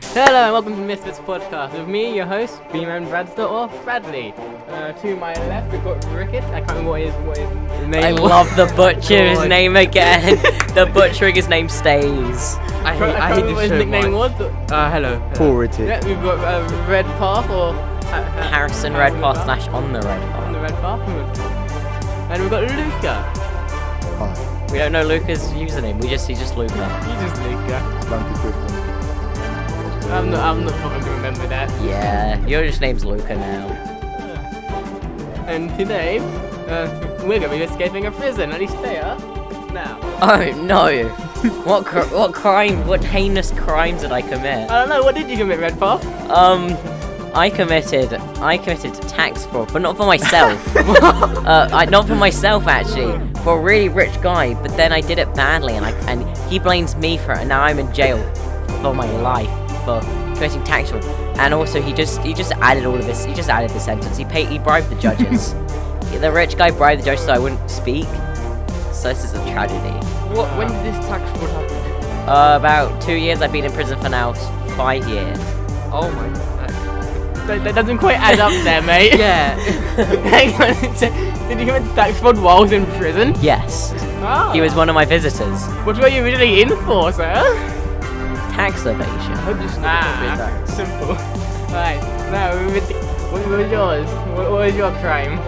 Hello and welcome to the Misfits Podcast with me, your host, Beeman Bradster or Bradley. Uh, to my left, we've got Ricket. I can't remember what his, what his name I was. love the butcher. His God. name again. the butchering. His name stays. I hate, can't- I can't hate remember what this show. his nickname Mike. was. but- Uh, hello. Paul Ritty. Yeah, we've got uh, Red Path or uh, Harrison Redpath slash on the on the Redpath. Red Path. And we've got Luca. Hi, We don't know Luca's username. We just see just Luca. You just Luca. Lumpy Griffin. I'm not. I'm not bothered to remember that. Yeah, your just name's Luca now. And today, uh, we're gonna be escaping a prison. At least they are. Now, Oh no! What cr- what crime? What heinous crime did I commit? I don't know. What did you commit, Red Path? Um, I committed I committed tax fraud, but not for myself. uh, I, not for myself actually, for a really rich guy. But then I did it badly, and I and he blames me for it, and now I'm in jail for my life for committing tax fraud. And also, he just he just added all of this. He just added the sentence. He paid. He bribed the judges. the rich guy bribed the judge so I wouldn't speak. So this is a tragedy. What, when did this tax fraud happen? Uh, about two years. I've been in prison for now five years. Oh my god. That, that doesn't quite add up, there, mate. Yeah. Hang on. a sec. Did you commit tax fraud while I was in prison? Yes. Ah. He was one of my visitors. What were you really in for, sir? Tax evasion. Ah, simple. Right. Now, we were- what was yours? What, what was your crime?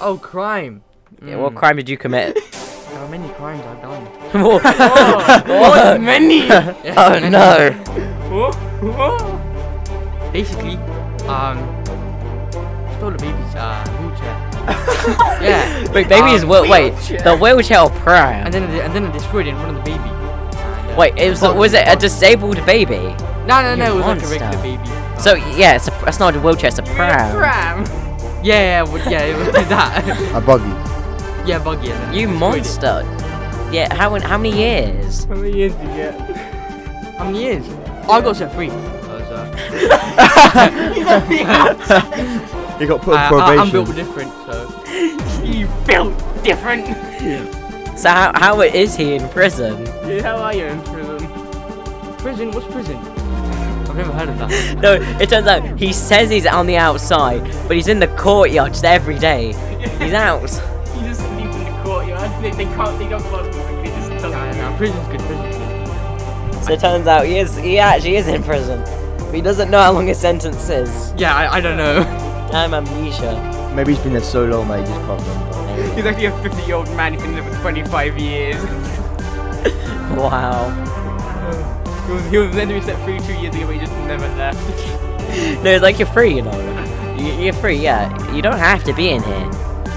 oh, crime. Yeah, what crime did you commit? There are many crimes I've done. Whoa. Oh, oh, many. oh no! Oh, oh. Basically, um, stole a baby's uh, wheelchair. yeah. Wait, baby's Um, wheel. Uh, Oh, Wait, wheelchair. the wheelchair pram. And then, I- and then I destroyed it in front of the baby. And, uh, wait, it was was it a disabled baby? No, no, no. you It was like a monster. regular baby. So yeah, it's, a, it's not a wheelchair. It's a You were in a pram. pram. Yeah, yeah, well, yeah. It was like that. A buggy. yeah, buggy. And then You I destroyed monster. it. Yeah, how how many years? How many years did you get? How many years? Oh, I got set free. I was, uh, uh, You got put on I, I, probation. I'm built different, so. You built different. So how how is he in prison? Yeah, how are you in prison? Prison? What's prison? I've never heard of that. No, it turns out he says he's on the outside, but he's in the courtyard just every day. He's out. You just leave in the courtyard. They, they can't. They don't bother. They just doesn't. Nah, nah, prison's good. Prison's good. So it turns out he is he actually is in prison. But he doesn't know how long his sentence is. Yeah, I, I don't know. Time amnesia. Maybe he's been there so long that he just can't remember. He's actually a 50 year old man who's been there for 25 years. Wow. He was, he was meant to be set free two years ago, but he just never left. No, it's like you're free, you know. You- You're free, yeah. You don't have to be in here.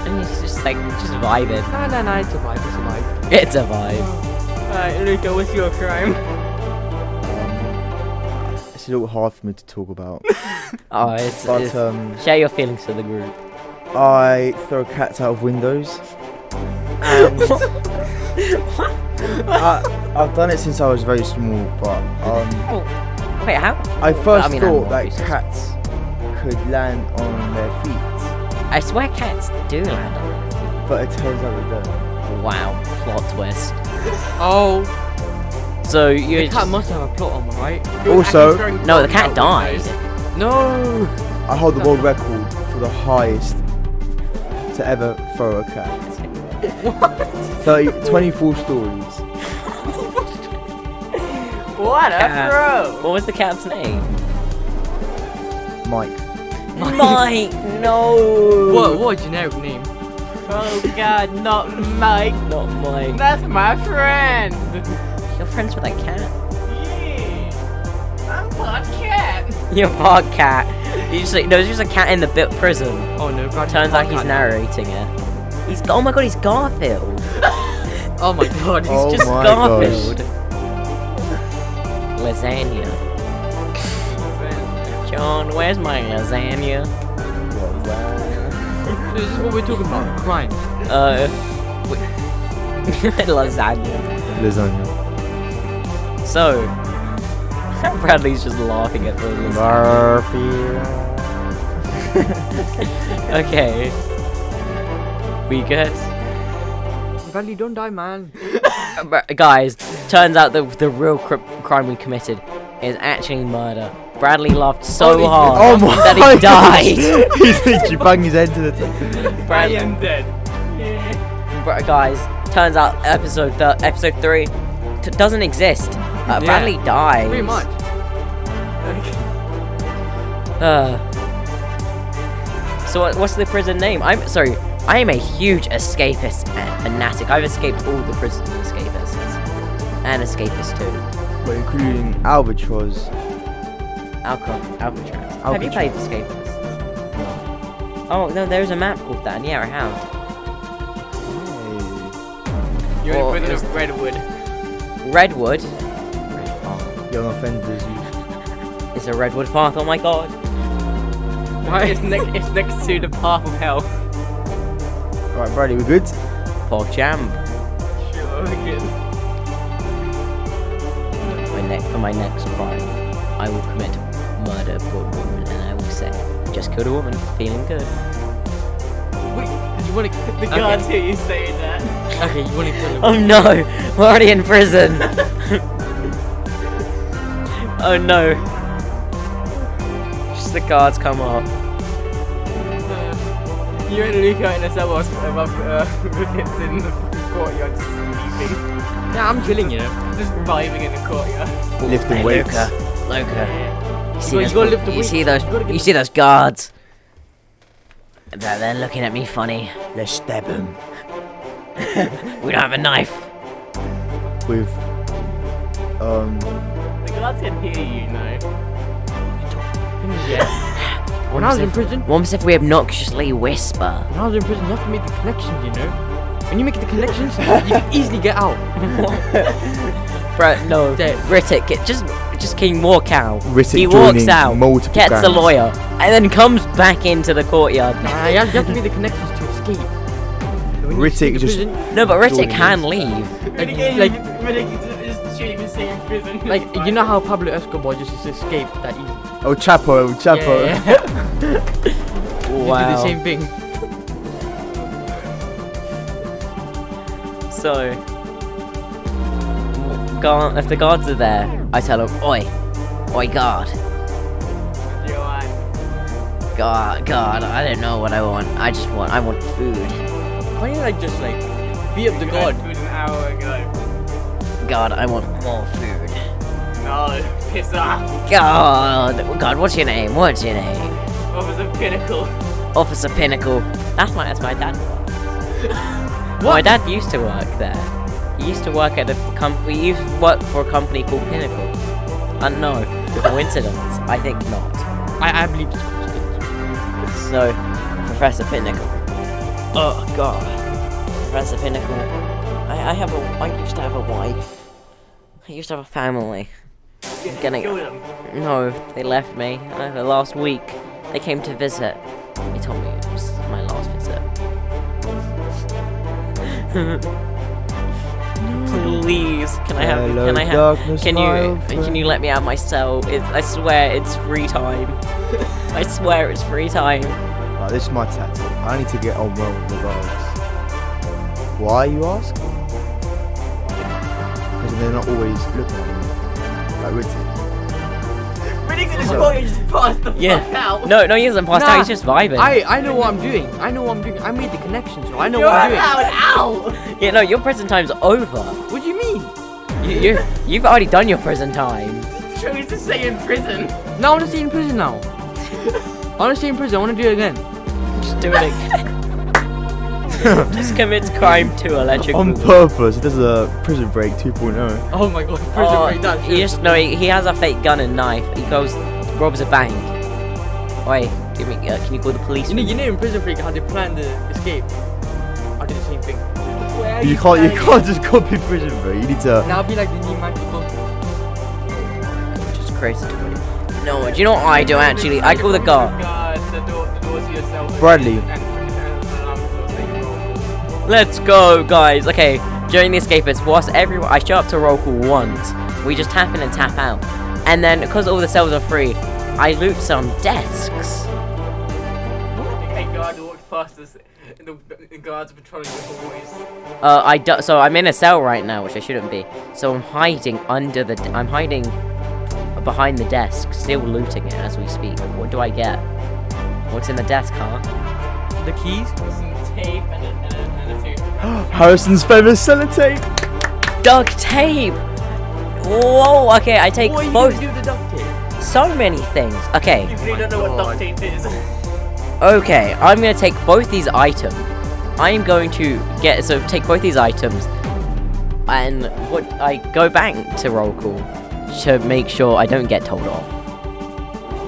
And it's just like just vibing. No, no, no, it's a vibe, it's a vibe. It's a vibe. Alright, Luca, what's your crime? Um, it's a little hard for me to talk about. Oh, it's, But it's- um, share your feelings to the group. I throw cats out of windows. I, I've done it since I was very small, but um, Oh, Wait, how? I first I mean, animal thought that abuse. cats could land on their feet, I swear cats do land on their feet. but it turns out they don't. Wow, plot twist. Oh, So you the cat just... must have a plot on, right? He was Also- actually throwing No, the bombs cat out died. windows. No! I hold the world record for the highest to ever throw a cat. What? 30, 24 stories. What a Cat. throw! What was the cat's name? Mike. Mike, no. What, what a generic name. Oh god, not Mike. Not Mike. That's my friend. You're friends with a cat. Yeah. I'm part cat. You're part cat. You just like, no, there's just a cat in the bit prison. Oh no, God. Turns out he's God. narrating it. He's oh my god, he's Garfield. Oh my god. Oh Just my Garfield. Lasagna. John, where's my lasagna? What, wow. This is what we're talking about. Crime. Uh, w- lasagna. Lasagna. So, Bradley's just laughing at the lasagna. Garfield. Okay. We good? Bradley, don't die, man. But guys, turns out the the real cri- crime we committed is actually murder. Bradley laughed so Holy- hard Oh my! that he died. gosh. He's literally banged his head to the table. I Bradley, am dead. Br- guys, turns out episode th- episode three t- doesn't exist. Uh, Bradley died. Pretty much. Uh, so what, what's the prison name? I'm sorry. I am a huge escapist and fanatic. I've escaped all the prison escapists and escapists too. But including Albatross. Alcon, Alcatraz. Have you Alcatraz. played escapists? Oh no, there's a map called that. and Yeah, I have. Hey. You're Or in prison is- of Redwood. Redwood Young offenders. you- is a redwood path. Oh my god. It's, ne- it's next to the path of hell. Right, Bradley, we're good. Poor champ. Sure, again. My neck for my next crime, I will commit murder for a woman, and I will say, just killed a woman, feeling good. Wait, did you want to? The guards hear you saying that. Um, Okay, you want to kill him? Oh no, we're already in prison. oh no. Just the guards come up. Uh, you and Luca in a cell whilst above uh, Ricketts in the courtyard just sleeping, Nah, I'm chilling, you know. just vibing in the courtyard. Lifting weights. Luca, Luca. You see, Well, you those, gotta lift the you weight. see those? You gotta get- You see those guards? They're, they're looking at me funny. Let's stab him We don't have a knife. with. Um. The guards can hear you now. Yeah. What When I was if, in prison, what if we obnoxiously whisper? when I was in prison, you have to make the connections, you know. When you make the connections, you can easily get out. Bro, no, Dead. Ritik, get- just just King walk out. Ritik he walks joining out, multiple gets a gangs. lawyer, and then comes back into the courtyard. Nah, Uh, you have, you have to make the connections to escape. So when you Ritik escape the just- prison, No, but Ritik Joining. can leave. Renegade like- like, Renegade is shooting the same prison. like you know how Pablo Escobar just escaped that easy. El oh, Chapo, El Chapo. Yeah, yeah, yeah. Wow. You did the same thing. So, guard, if the guards are there, I tell them, "Oi, oi, guard, Joanne. guard, guard! I don't know what I want. I just want, I want food. Why don't I just like be up the guard? It was an hour ago. God, I want more food. No, piss off. God, God, what's your name? What's your name? What was a pinnacle? Officer Pinnacle. That's my, that's my dad. My dad used to work there. He used to work at a company. He used to work for a company called Pinnacle. And no, coincidence? I think not. I, I believe it's coincidence. So, Professor Pinnacle. Oh God, Professor Pinnacle. I, I have a. I used to have a wife. I used to have a family. Getting- Kill them. No, they left me uh, last week. They came to visit. They told me it was my last visit. Please, can I have? Hello, can I have? darkness, can my you? old Can friend. you let me out of my cell? It's, I swear it's free time. I swear it's free time. Right, this is my tactic. I need to get on well with the guards. Why, you ask? Because they're not always looking at me. Like Ritik. Renegade in his So- courtyard just passed the Yeah. fuck out. No, no, he isn't passed out. Oh, Nah, He's just vibing. I I know what I'm doing. I know what I'm doing. I made the connections, so I know You're what I'm doing. allowed out. Yeah, no, your prison time's over. What do you mean? You, you, you've already done your prison time. You chose to stay in prison. No, I want to stay in prison now. I want to stay in prison. I want to do it again. Just do it again. just commits crime to electric. On Boogaloo. purpose. This is a prison break 2.0. Oh my god, prison Oh, breakdown. he just no. He, he has a fake gun and knife. He goes, robs a bank. Wait, give me. Uh, can you call the police? You know, you know in prison break how they plan the escape. I'll do the same thing. Where You can't, you can't just copy prison break. You need to. Now I'll be like the new Michael Culkin. Just crazy. No, do you know what I do actually? I call the guard. guard. The door, the door to yourself. Bradley. And, and, and alarm clock saying roll call. Let's go, guys. Okay, during the escapists, whilst everyone, I show up to roll call once. We just tap in and tap out, and then because all the cells are free, I loot some desks. A guard walked past us. and The, the guards patrolling the hallways. Uh, I do- so I'm in a cell right now, which I shouldn't be. So I'm hiding under the. d- I'm hiding behind the desk, still looting it as we speak. What do I get? What's in the desk, huh? The keys? Some tape and a, and a, and a Harrison's famous sellotape. Duct tape! Whoa, okay, I take What are you both. gonna do to duct tape? So many things. Okay. You really don't know what duct tape is. Okay, I'm gonna take both these items. I'm going to get so take both these items, and what I go back to roll call to make sure I don't get told off.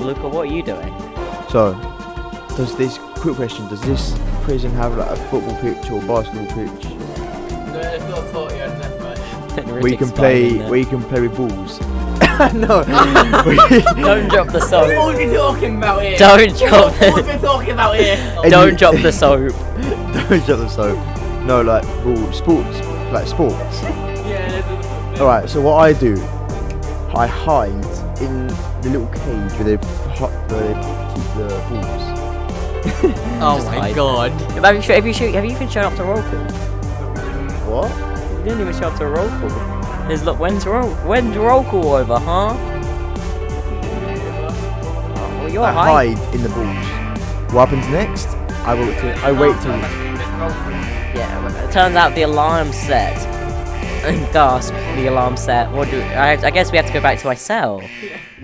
Luca, what are you doing? So, does this quick question? Does this prison have like a football pitch or basketball pitch where you can play where you can play with balls? no. Don't drop the soap. What are you talking about here? Don't drop What the. are you talking about here? And Don't you- Oh drop the soap. Don't shut the soap. No, like ball sports, like sports. Yeah, All right. So what I do, I hide in the little cage where they, hot, where they keep the balls. Oh Just my hide. god. Have you, have you, sho- have you even shown up to roll call? What? You didn't even show up to roll call. There's look, when's roll when's roll call over, huh? Oh, well, you're I high. hide in the balls. What happens next? I wait till I wait till. Yeah, well, it turns out the alarm set. And gasp, the alarm set. What do I, I guess we have to go back to my cell.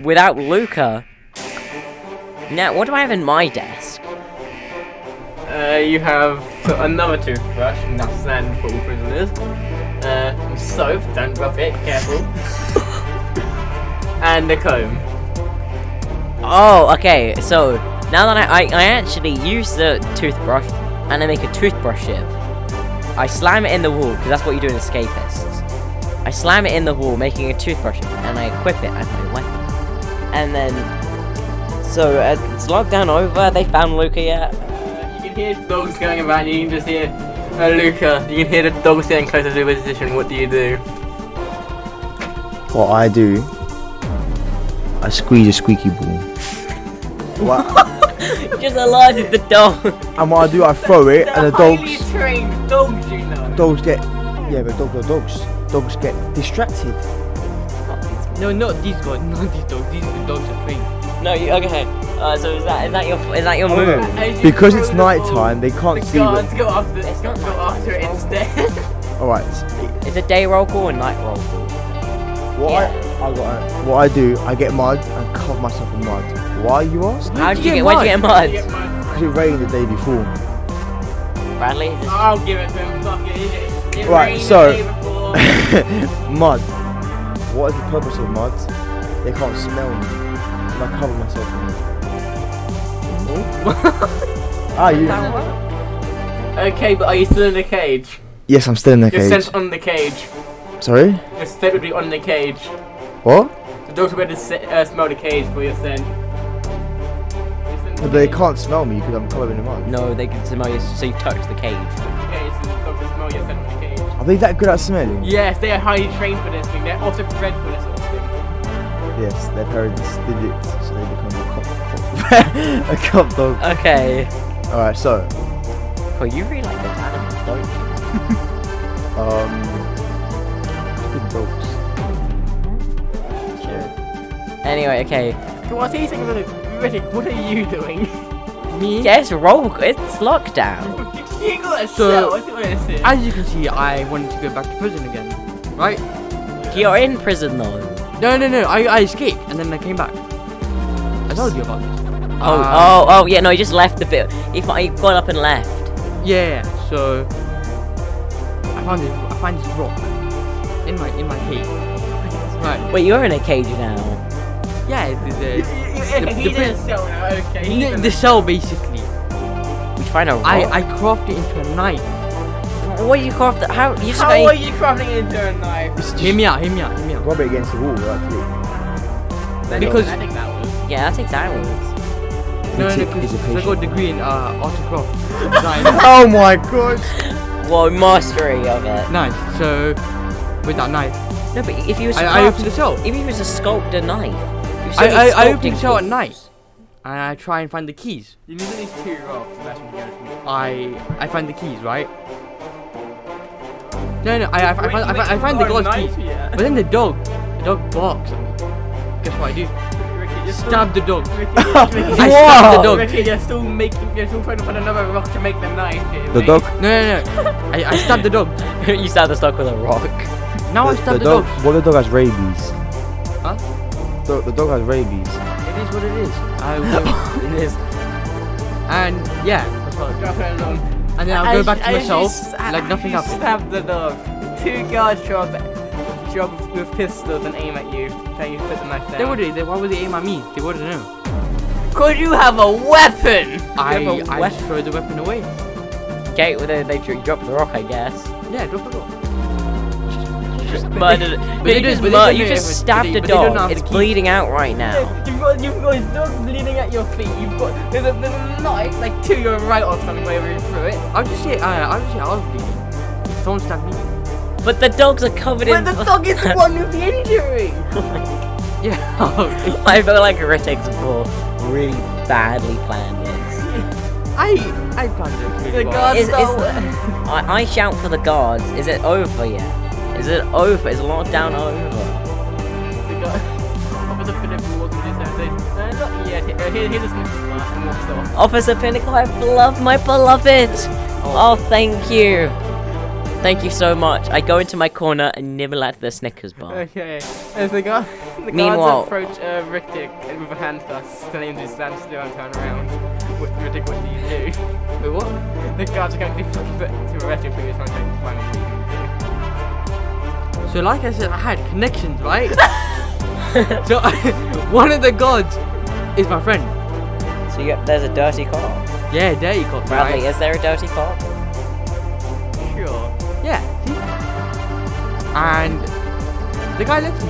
Without Luca. Now, what do I have in my desk? Uh, you have another toothbrush, and that's sand for all prisoners. Uh, soap, don't rub it, careful. and a comb. Oh, okay, so now that I, I, I actually use the toothbrush and I make a toothbrush shiv. I slam it in the wall, because that's what you do in escapists. I slam it in the wall, making a toothbrush, shiv, and I equip it as my weapon. And then. So, uh, it's lockdown over, they found Luca yet? Uh, you can hear dogs going around, you can just hear uh, Luca, you can hear the dogs getting closer to the position, what do you do? What I do, I squeeze a squeaky ball. What- Just alerted the dog. and what I do, I throw it, and the highly dogs, trained dogs, you know. dogs get, yeah, but dogs are dogs. Dogs get distracted. No, not these guys, not these dogs. These dogs are trained. No, you, okay. Uh, so is that is that your is that your Oh, move? no. As you Because throw it's the ball, night time, they The can't see. guards What, go after, go after it instead. all right. Is it day roll call or night roll call? What I, I got, what I do, I get mud and cover myself in mud. Why you ask? How did you get? Where'd you Get get mud? my- Because it rained the day before. Bradley. is this- I'll give it to him, fuck it. it- it Right, rained the so- day before. mud. What is the purpose of mud? They can't smell me. And I cover myself in mud. ah, you. Okay, but are you still in the cage? Yes, I'm still in the Your cage. scent's on the cage. Sorry? Your scent would be on the cage. What? The dogs would be able to se- uh, smell the cage for your scent. Your scent's But on they the can't smell me because I'm covered in mud. No, they can smell you. So you touched the cage. cage, so the dogs will smell your scent on the cage. Are they that good at smelling? Yes, they are highly trained for this thing. They're also bred for this sort of thing. Yes, their parents did it, so they become a cop. a cop dog. Okay. Alright, so Cool. You really like those animals, don't you? um, fucking dogs. Anyway, okay. What are you thinking, Riddick? What are you doing? Me? Yeah, it's roll. c- It's lockdown. you got a So- cell. I think what this is. As you can see, I wanted to go back to prison again. Right? You're in prison though. No, no, no. I, I escaped and then I came back. I told you about this. Oh, Um, oh, oh, yeah. No, you just left the bit. If I got up and left. Yeah, so I found this I find this rock in my in my cave. Right. Wait, you're in a cage now. Yeah, You- the you- you- the- He's in a the- cell now, okay. the, he's the, in the a- cell basically. We find a rock. I I crafted it into a knife. what do you carve? The, how you just How made- are you crafting into a knife? It's Hear just me out, hear me out, hear me out. rub it against the wall, actually. Because- I think that was. Yeah, that takes hours. No, no, Critique is because a I got a patient. degree in uh, art and craft design. Oh my gosh! Well, mastery of it. nice. So with that knife, No, but if he was I, a I opened the craft, cell. if he was a sculptor knife, you I, said I, he's I opened sculpting the cell at tools. night, and I try and find the keys. You need at least two rolls to match them together. I I find the keys, right? No, no, I I, I, find, I, find, I find the glass keys. But then the dog, the dog barks at me. Guess what I do? Ricky, you're still- Stab the dog. Ricky, Ricky, Ricky, I stabbed the Whoa. dog. Ricky, you're still making, you're still trying to find another rock to make the knife. Here, The mate. dog. No, no, no. I, I stabbed the dog. you stab the stock with a rock. Now I the, stabbed the, dog. dog. What if the dog has rabies? Huh? The, the dog has rabies. It is what it is. I will. it is. And yeah, that's what I do. Drop it along. And then I'll As- go back to as you myself sta- like nothing you happened. Stab the dog. Two guards show up, show up with pistols and aim at you. Then you put the knife down. They wouldn't. They, why would they aim at me? They wouldn't know. Could you have a weapon? I, You have a I weapon. just throw the weapon away. Okay, well, they, they dro- dropped the rock, I guess. Yeah, drop it off. You just murdered. But they you just, don't- mur- but they don't you know just if- but stabbed they- a but they don't know how dog. to It's keep- bleeding out right now. You've got you've got his dog bleeding at your feet. You've got there's a, there's a knife like to your right or something wherever you threw it. I'll just say. Uh, I'll just say I was bleeding. Someone stabbed me. But the dogs are covered But in. the dog is the one with the injury. Yeah. I I feel like Ritik's ball really badly planned this. I planned it. The Really well. guards Is- is start- I, I shout for the guards. Is it over yet? Is it over? Is lockdown over? the guard opens up and everyone walks in and says, uh, "Not yet. Uh, here, here's a sniff mask," and walks off. Officer Pinnacle, I've loved my beloved. Oh, thank you. Thank you so much. I go into my corner and nibble at the Snickers bar. Okay. As the guard, the Meanwhile- guards approach uh, Riddick with a handcuffs, telling him to stand still and turn around. What, Riddick, what do you do? Wait, what? the guards are going to be fucking put to arrest you for your trying to take money. What are you gonna So, like I said, I had connections, right? so, one of the gods is my friend. So you, there's a dirty cop. Yeah, there you go. Bradley, Right? is there a dirty cop? do? Sure. Yeah. see? And the guy lets me.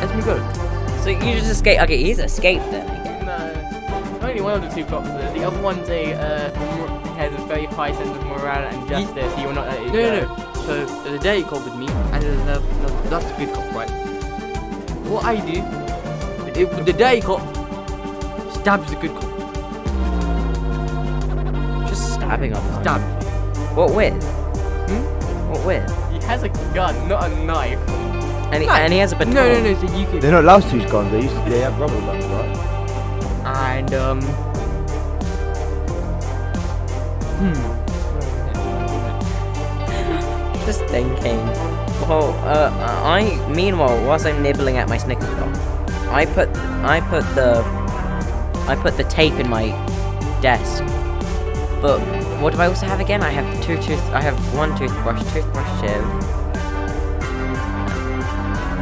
Lets me go. So you just escape. Okay, he's escaped then. I guess. No. Only one of the two cops is. The other one's a uh, mor- has a very high sense of morale and Ye- justice. He will not let you No, go. no, no. So the day he called with me, and the, the, the, that's a good cop, right? What I do, it, the day cop stabs the good cop. Just stabbing on them. Stab. What with? Hmm? What with? He has a gun, not a knife. And he, and he has a baton. No, no, no. So you They're can. not allowed to use guns. They used to, they have rubber guns, right? And um. Hmm. Just thinking. Well, uh, I meanwhile, whilst I'm nibbling at my Snickers bar, I put I put the I put the tape in my desk. But what do I also have again? I have two tooth. I have one toothbrush, toothbrush shiv.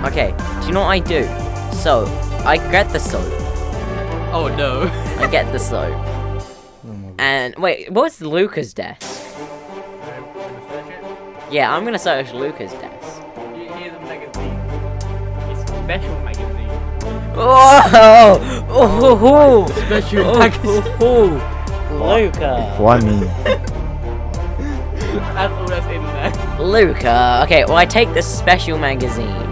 Okay. Do you know what I do? So I get the soap. Oh no. I get the soap. And wait, what's Luca's desk? So, gonna search it. Yeah, I'm gonna search Luca's desk. He- he has a magazine. A special magazine. Oh, oh, oh, Special oh, Uh, Luca. Well, Oh, I mean, That's all that's in there. Luca. Okay, well, I take the special magazine.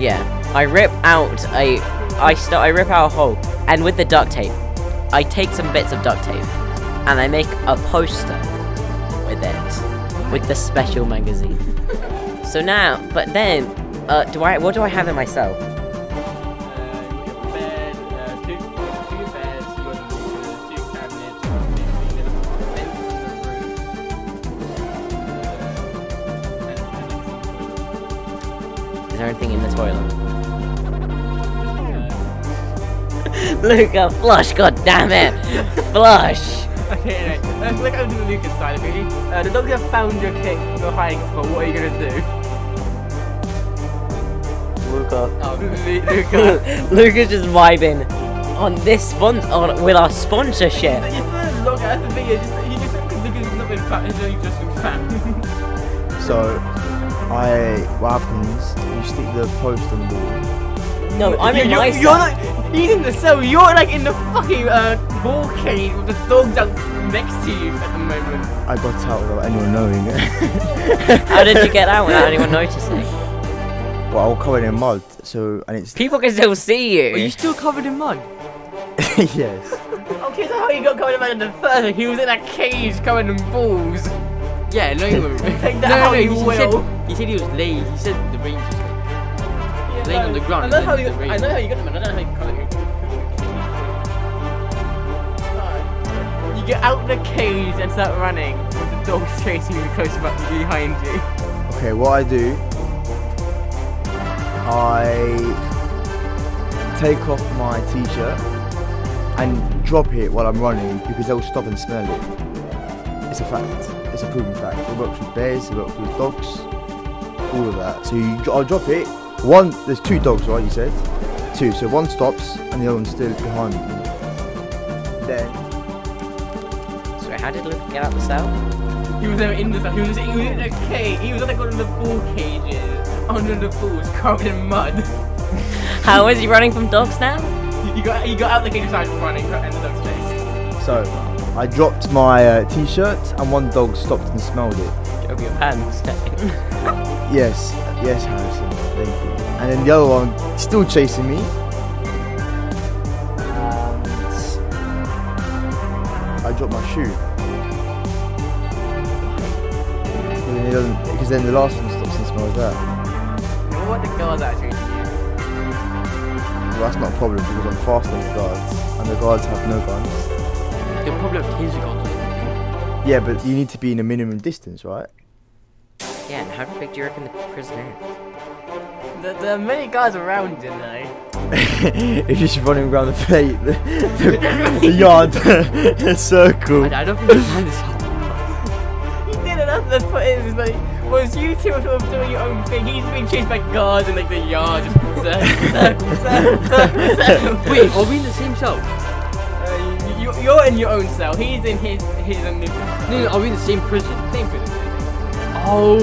Yeah, I rip out a, I start, I rip out a hole, and with the duct tape, I take some bits of duct tape, and I make a poster with it, with the special magazine. so now, but then, uh, do I? What do I have in myself? Uh, you got your bed, uh, two, two beds, you got uh, two cabinets, you got a bed in the room. Uh, and- and Is there anything in the toilet? it's- uh, Luca, flush, god damn it! flush! Okay, anyway, let's look over to the Lucas side of it. Uh, the dogs have found your kick, you're hiding spot. What are you gonna do? Luca. Oh, Lu- Luca. Luca's just vibing on this spon- on with our sponsorship. It's not a long ass video, just, you just because Lucas has not been fat, he's only just been fat. so I what happens? You stick the post on the wall. No, I'm you, in you're, my you're cell. not, he's in the cell, you're like in the fucking uh, ball cage with the dogs out next to you at the moment. I got out without anyone knowing How did you get out without anyone noticing? Well, I was covered in mud, so and it's People can still see Are you you. still covered in mud? yes. Okay, so how he got going about in the first one? He was in a cage covered in balls. Yeah, no, you were. Take that no, no, how no, you he, he will. said he said he was lazy. He said the range is Yeah, laying on the ground. I know in the- how in you. the rain. I know how you got them. I don't know how you call it. You get out the cage and start running. The dog's chasing you close up behind you. Okay, what I do, I take off my t-shirt and drop it while I'm running because they'll stop and smell it. It's a fact. It's a proven fact. It works with bears. It works with dogs. All of that. So you, I drop it. One, there's two dogs, right? You said two. So one stops and the other one's still behind me. Then So how did Luke get out the cell? He was never in the stuff. He was, he was in a cage. He was like one of the ball cages under the balls, covered in mud. How is he running from dogs now? You got you got out the cage and started running and the dog's chasing. so I dropped my uh, t-shirt and one dog stopped and smelled it. Get over your pants. Yes, yes, Harrison. Thank you. And then the other one still chasing me. And I dropped my shoe. And then it doesn't- Because then the last one stops and smells that. Well, what the girls actually do? Well, that's not a problem because I'm faster than the guards, and the guards have no guns. They probably have taser guns. Yeah, but you need to be in a minimum distance, right? yeah, and how big do you reckon the prisoner is? There, there are many guys around, you know. if you're just running around the plate, the, the, the yard, the circle. I, I don't think they find this out. He did it. That's, that's what it is. Like, was you two sort of doing your own thing? He's being chased by guards in like the yard, just circle, circle, circle, circle, circle. Wait, are we in the same cell? Uh, you, you- you're in your own cell. He's in his his own new No, no, are we in the same prison? same prison. Oh,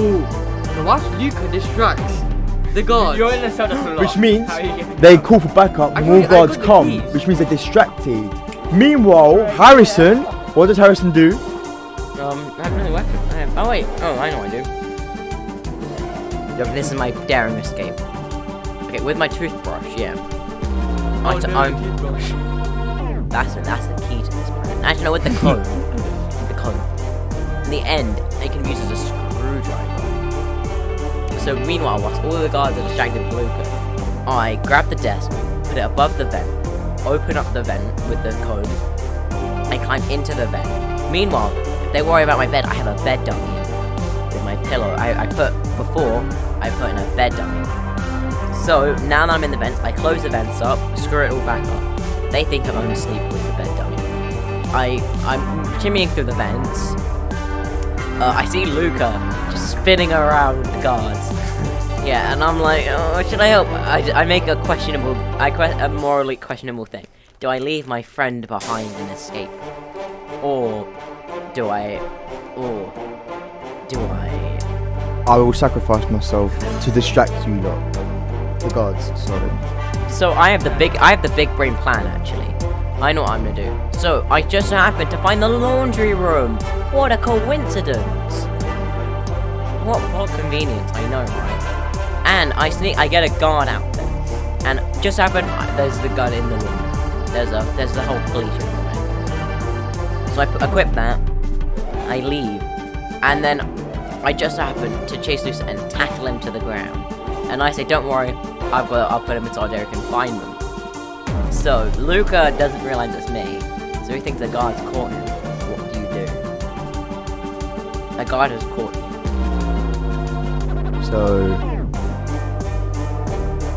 the last Luca distracts the guards. You're in the cell that's locked. Which means How are you getting they out? call for backup, I more got- I guards got the come, keys. which means they're distracted. Meanwhile, Harrison, what does Harrison do? Um, I have no weapon. I have. Oh wait. Oh, I know what I do. This is my daring escape. Okay, with my toothbrush. Yeah. I Oh, t- no, I'm- you keep going. That's that's the key to this plan. Actually, no, with the cone. with the cone. In the end, it can be used as a screwdriver. So meanwhile, whilst all the guards are distracted with Luca, I grab the desk, put it above the vent, open up the vent with the cone, and climb into the vent. Meanwhile, if they worry about my bed, I have a bed dummy with my pillow. I, I put before I put in a bed dummy. So now that I'm in the vents, I close the vents up, screw it all back up. They think I'm going to sleep with the bed dummy. I I'm shimmying through the vents. Uh, I see Luca just spinning around with the guards. Yeah, and I'm like, oh, should I help? I, I make a questionable, I que- a morally questionable thing. Do I leave my friend behind and escape, or do I, or do I? I will sacrifice myself to distract you lot. The guards, sorry. So I have the big I have the big brain plan actually. I know what I'm gonna do. So I just happened to find the laundry room. What a coincidence. What what convenience, I know, right? And I sneak I get a guard out there. And just happened there's the gun in the room. There's a there's the whole police room. Right? So I p- equip that. I leave. And then I just happen to chase Lucy and tackle him to the ground. And I say, don't worry, I've got, I'll put him in solitary confinement. So, Luca doesn't realize it's me, so he thinks the guard's caught him. What do you do? A guard has caught you. So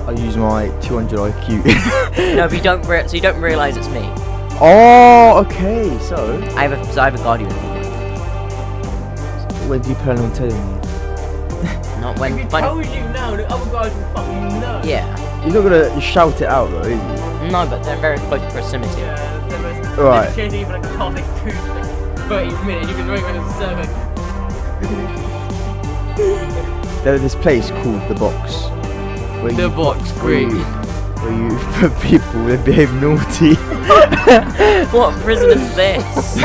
I use my 200 IQ. No, but you don't re- so you don't realize it's me. oh, okay. So I have a, so I have a guard uniform. when do you plan on telling me? Not when, If he but- told you now, the other guys would fucking know. yeah. You're not gonna shout it out though, is you? No, but they're very close proximity. Yeah, there was- Right. they're chasing you for like a half like two, like 30 minutes. You've been running around in a circle. like, There's this place called the Box. Where The box, where great. you, where you put people that behave naughty. What prison is this? It's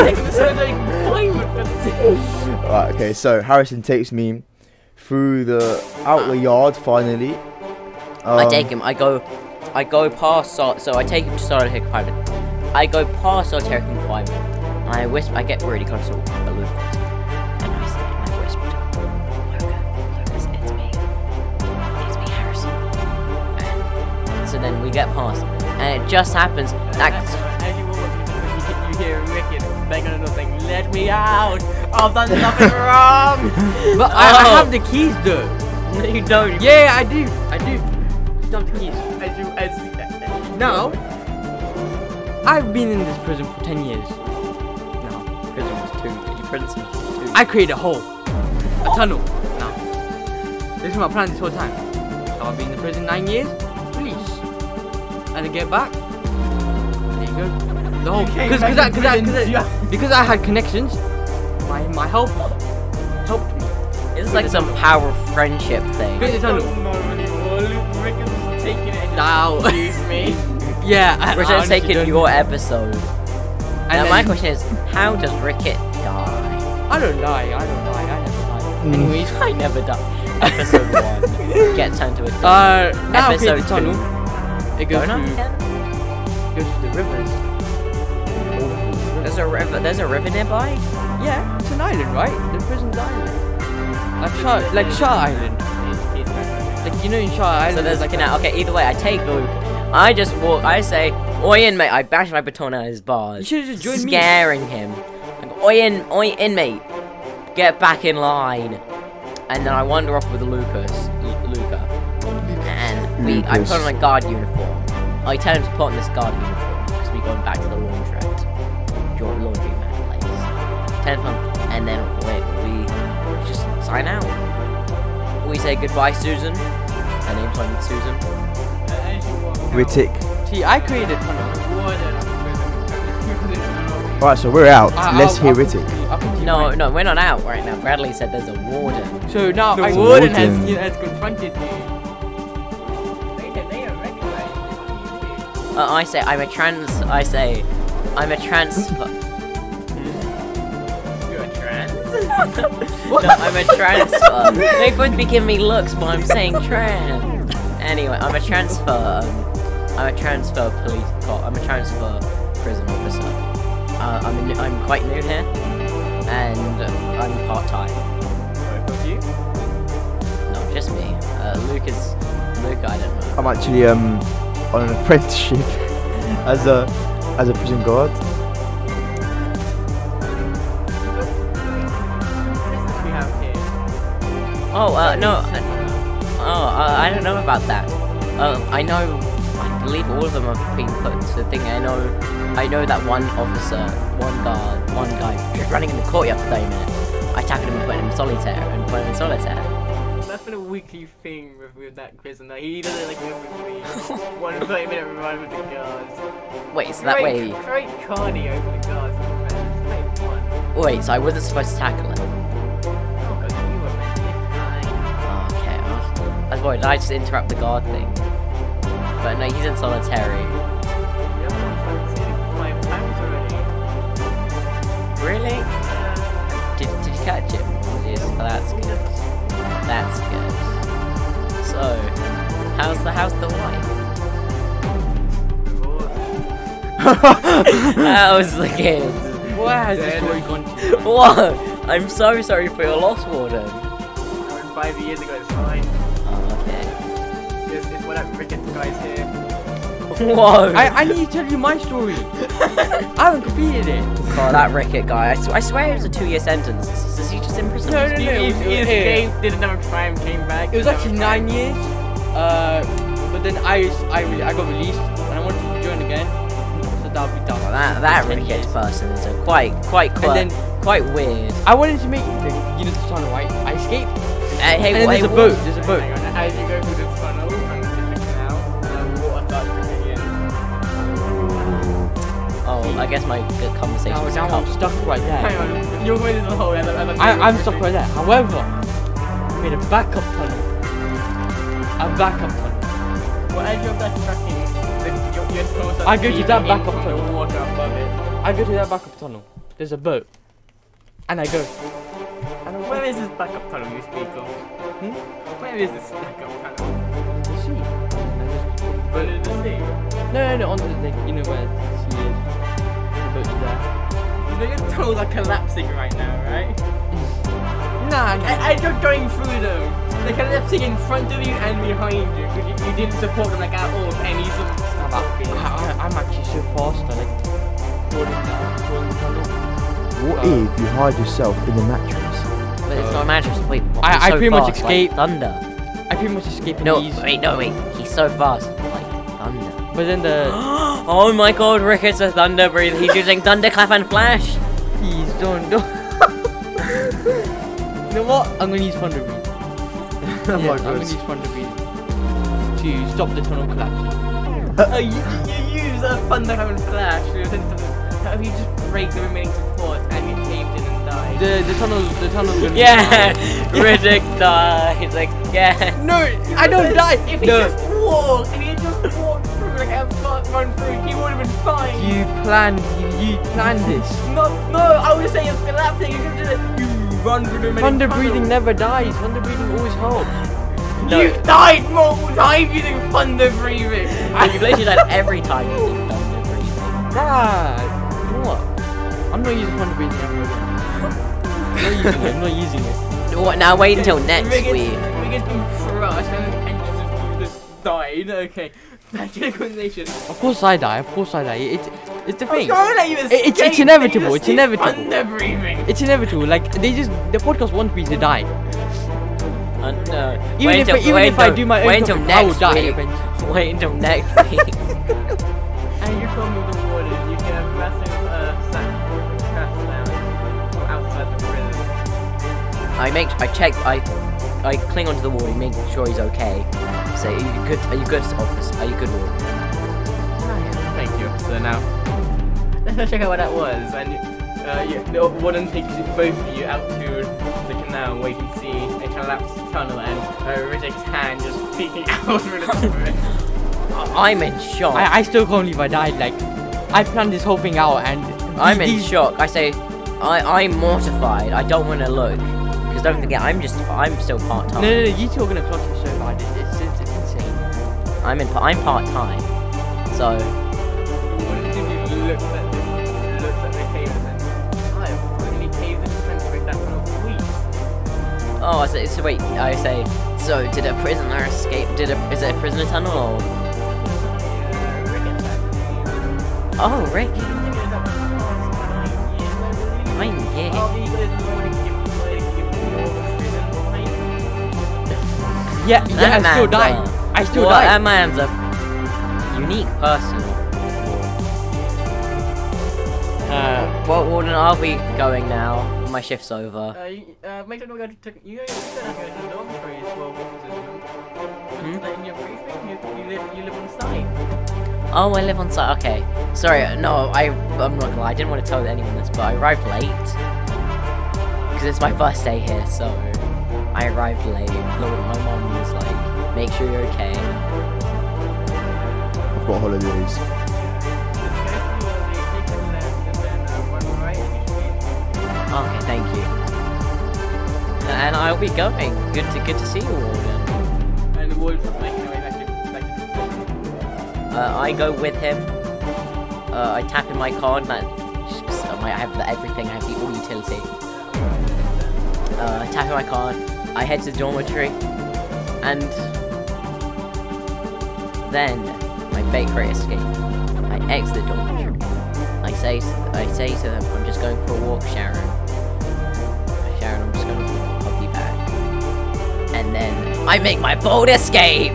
like confinement, that's it. Right, okay, so Harrison takes me through the outward yard finally. I Um, take him. I go, I go past. So, so I take him to solitary confinement. I go past solitary confinement. And I whisper. I get really close to Luke, and I say, I whisper, to him, Luca, Lucas, it's me, it's me, Harrison. then we get past. And it just happens that As you walk, you- you hear Wicked bang on another thing. Let me out! I've done nothing wrong! But I, I Oh. have the keys though. no, you don't. Yeah, I do. I do. Stop the keys. As you, as Now, I've been in this prison for 10 years. No, prison was two. You prince. I created a hole, a tunnel. Now, this is my plan this whole time. Now I've been in the prison nine years, release. And I get back, there you go. The whole, came because back because I, to because I, prison because I, just- because I had connections, my, my help helped me. It's like some power of friendship thing. Create a don't tunnel. know anymore. Luke Wicked's taking it and Now, Excuse me. yeah. I- I Which is honestly taking don't- your episode. And Now then- my question is, how does Ricket die? I don't lie. I don't lie. I never lie. Anyways, I never die. Episode one gets turned to a dog. Uh, now I create the Episode tunnel. It goes Donut through, again? goes through the rivers. There's a river. There's a river nearby. Yeah, it's an island, right? The prison's island. Like Shah, like Shah Island. Like you know in Shah Island. So there's like like an okay. Either way, I take Luke. I just walk. I say, "Oi inmate!" I bash my baton at his bars. You should've just joined me. scaring him. I go, oi in, oi inmate, get back in line. And then I wander off with Lucas, L- Luca, and we. I put Lucas. on a guard uniform. I tell him to put on this guard uniform because we're going back to the laundrette, your laundry man place. Tell him, to- and then we, we just sign out. We say goodbye, Susan. Her name's on Susan. Ritik. See, I created a tunnel. Alright, so we're out. I, Let's I'll- hear I'll Ritik. continue- I'll continue No, mine. no, we're not out right now. Bradley said there's a warden. So now The I warden warden. has, has confronted you. They, they don't recognize you. Uh, I say I'm a trans. I say I'm a trans. You're a trans? no, I'm a transfer. They've both be giving me looks, but I'm saying trans. Anyway, I'm a transfer. Um, I'm a transfer police cop. I'm a transfer prison officer. Uh, I'm a, I'm quite new here, and I'm part time. you? Not just me. Uh, Luke is Luke. I don't know. I'm actually um on an apprenticeship as a as a prison guard. We have here. Oh uh, no. uh, Oh, uh, I don't know about that. Um, I know, I believe all of them have been put to the thing. I know, I know that one officer, one guard, one guy just running in the courtyard for 30 minutes. I tackled him and put him in solitaire and put him in solitaire. That's been a weekly thing with, with that prison. Like, he does it like every week. One 30 minute run with the guards. Wait, so that Great- way, Great carney over the guards. with the friends. Like, one. wait, so I wasn't supposed to tackle him. Oh god, you were meant to be fine. Ah, Okay, well, that's why did I just interrupt the guard thing? But no, he's in solitary. You're the one who's seen it Five times already. Really? Did, did you catch it? Yes, well, that's good. That's good. So, how's the how's the wife? Divorce. how's the kids? Where has this Dead. story gone to? Whoa! I'm so sorry for your loss, Warden. When Five years ago, it's fine. Oh, It's, it's one of that cricket guy's here. okay. Whoa! I, I need to tell you my story. I haven't completed it. oh, that Ricket guy. I, sw- I swear it was a two-year sentence. Is, is he just in prison? No, no, He, no. he, it was- he it was- escaped, did another crime, came back. It was another actually crime. nine years, uh, but then I I re- I got released and I wanted to join again, so that would be done. Well, that that Ricket person is a quite quite quite then- quite weird. I wanted to make the you know the tunnel, right? I escaped. Uh, hey, and then wait, there's a what- boat. There's a Oh Hang boat. on, As you go through the tunnel from the canal, the water starts dripping in. Oh, I guess my good conversation Now, was now I'm cut. stuck right Hang there. on, you're going into the hole. I, I, I'm stuck right there. However, I made a backup tunnel. A backup tunnel. Well, as you're back tracking, the, your, your tunnel starts I go to that leaking backup from tunnel. The water above it. I go to that backup tunnel. There's a boat, and I go. And I Where is this backup tunnel you speak of? Hmm? Where is this backup tunnel? went to the sea. And Under there's- the sea. You No, no, no. Onto the thing. You know where the sea is. The boat's there. know your tunnels are collapsing right now, right? No, Nah, And as you're going through them, they're kind of sitting in front of you and behind you. 'cause You, you didn't support them like at all with any sort of I, I, I'm actually so fast, I like. falling- falling tunnel. What if you hide yourself in the mattress? But it's not a mattress. Wait, what? I- he's I so pretty much fast, like escaped. thunder. I pretty much escaped No, these. wait, no, wait. He's so fast, like thunder. But then the. oh my God, Rick! It's a thunder breathe. He's using thunderclap and flash. Please don't, don't. you know what? I'm gonna use Thunder Breeze. Oh my Yeah, I'm gonna goodness. use Thunder Breeze to stop the tunnel collapsing. Oh, you, you, you use a thunder and flash. You, oh, you just break the remaining support and you caved in and died. The the tunnel the tunnel's gonna. Yeah, uh, Riddick dies again. No, I don't die. If he No. just walked, if he had just walked through like I've got run through, he would have been fine. You planned. You, you planned this. No, no, I was saying it's collapsing. You should have You run through the remaining Thunder tunnel. breathing never dies. Thunder breathing always helps. No. You've died multiple times using thunder breathing. I have literally died every time using thunder breathing. Nah, you know what? I'm not using Thunder breathing ever again. I'm not using it. I'm not using it. What? Now wait until next Riggins- week. Riggins been crushed and, and you just, you just died. Okay. Magic combination. Of course I die. Of course I die. It, it's the thing. Don't let you escape. it's you just inevitable, it's need inevitable. Thunder breathing. It's inevitable. Like they just the podcast wants me to die. Uh, no. Even wait if I- until, even wait if I until- do my own wait until topic, I will next die week. Wait until next week. And you come with the water. You get a massive uh, sack of trash down from outside the prison. I make I check I I cling onto the wall and make sure he's okay. Say, are you good? Are you good, officer? Are you good, wall? Thank you. So now, let's check out what that was. And uh, you, the warden takes you- both of you out to the canal where you can see a collapsed tunnel and uh, Riddick's hand just peeking out through the top of it. I'm in shock. I, I, I still can't believe I died. Like I planned this whole thing out, and am in these- shock. I say, I I'm mortified. I don't want to look because don't forget, I'm just I'm still part No, time. no, no. You two are gonna clutch it so bad. It, it's, it's, it's insane. I'm in I'm part time. So Warden simply looks at the looks at the cave Oh, and says, "I have only caved in trying to break that tunnel for weeks." oh, I say so. Wait, I say so. Did a prisoner escape? Did a is it a prisoner tunnel? Or, Uh, Riddick said, oh, Ricky, "You know that was nine years, I believe." I'm gay. I'll be good. You wanna give- like, give me all the freedom, like, Yeah, yeah. That I still man's died. a- I still Um, well, died. That man's a unique person. Uh, Well, Warden, are we going now? My shift's over. Uh, you- uh, make sure to go to, you know, you said I'm going to the dormitories for officers. Like in your briefing, you, you, live, you live on site. Oh, I live on site. Okay. Sorry, uh, no, I, I'm not gonna lie. I didn't want to tell anyone this, but I arrived late. Because it's my first day here, so I arrived late. Look, My mom was like, make sure you're okay. I've got holidays. Okay, thank you. And I'll be going. Good to good to see you, Warden. And the wolves are making their way back to, back to the prison. Uh, I go with him. Uh, I tap in my card. That I have the everything. I have the all utility. uh, tap in my card. I head to the dormitory, and then my fake rate escape. I exit the dormitory. I say, to, I say to them, I'm just going for a walk, Sharon. Sharon, I'm just going for a walk. I'll be back. And then I make my bold escape.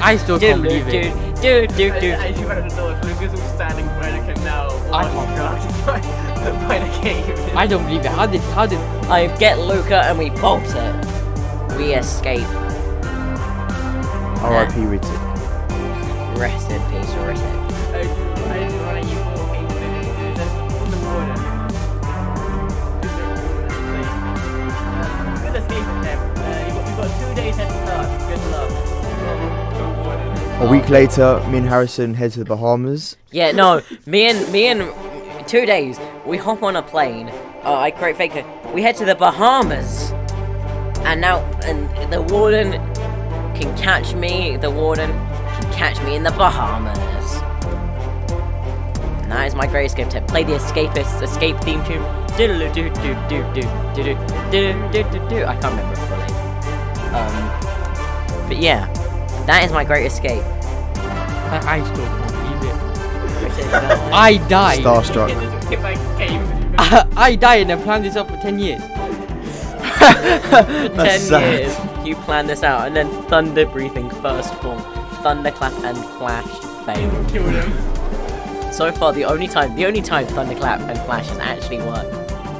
I still Dude, can't dude, believe it. dude, dude, dude, And As you run the door, Lucas was standing by the canal, I- all shocked by, by the cave. I don't believe it. How did? How did? I get Luca and we bolt it. We escape. R.I.P. Riddick. Rest in peace, Riddick. I just want to you all hate the dude that's on the water. Good escape from them. Uh, you've, got, you've got two days head start. Good luck. A week later, me and Harrison head to the Bahamas. Yeah, no, me and me and two days. We hop on a plane. Uh, I create faker. We head to the Bahamas, and now and the warden can catch me. The warden can catch me in the Bahamas. And that is my great escape tip. Play the escapist escape theme tune. diddle do do do do do do do do do do. I can't remember it fully. Um, but yeah, that is my great escape. I, I still can't believe it. I I died. Starstruck. If I came, I died and I planned this up for 10 years. ten sad. years you planned this out, and then thunder breathing first form, thunderclap and flash fail. you killed him. So far, the only time the only time thunderclap and flash has actually worked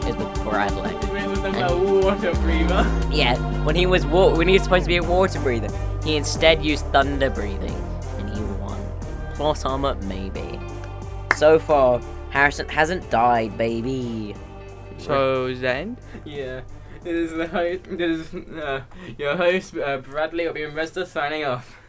is with poor Adelaide. He made himself a water breather. Yeah, when he was wa- when he was supposed to be a water breather, he instead used thunder breathing, and he won. Plot armor, maybe. So far, Harrison hasn't died, baby. So, is that end? Yeah. This is the host. This is uh, your host uh, Bradley or being Resta signing off.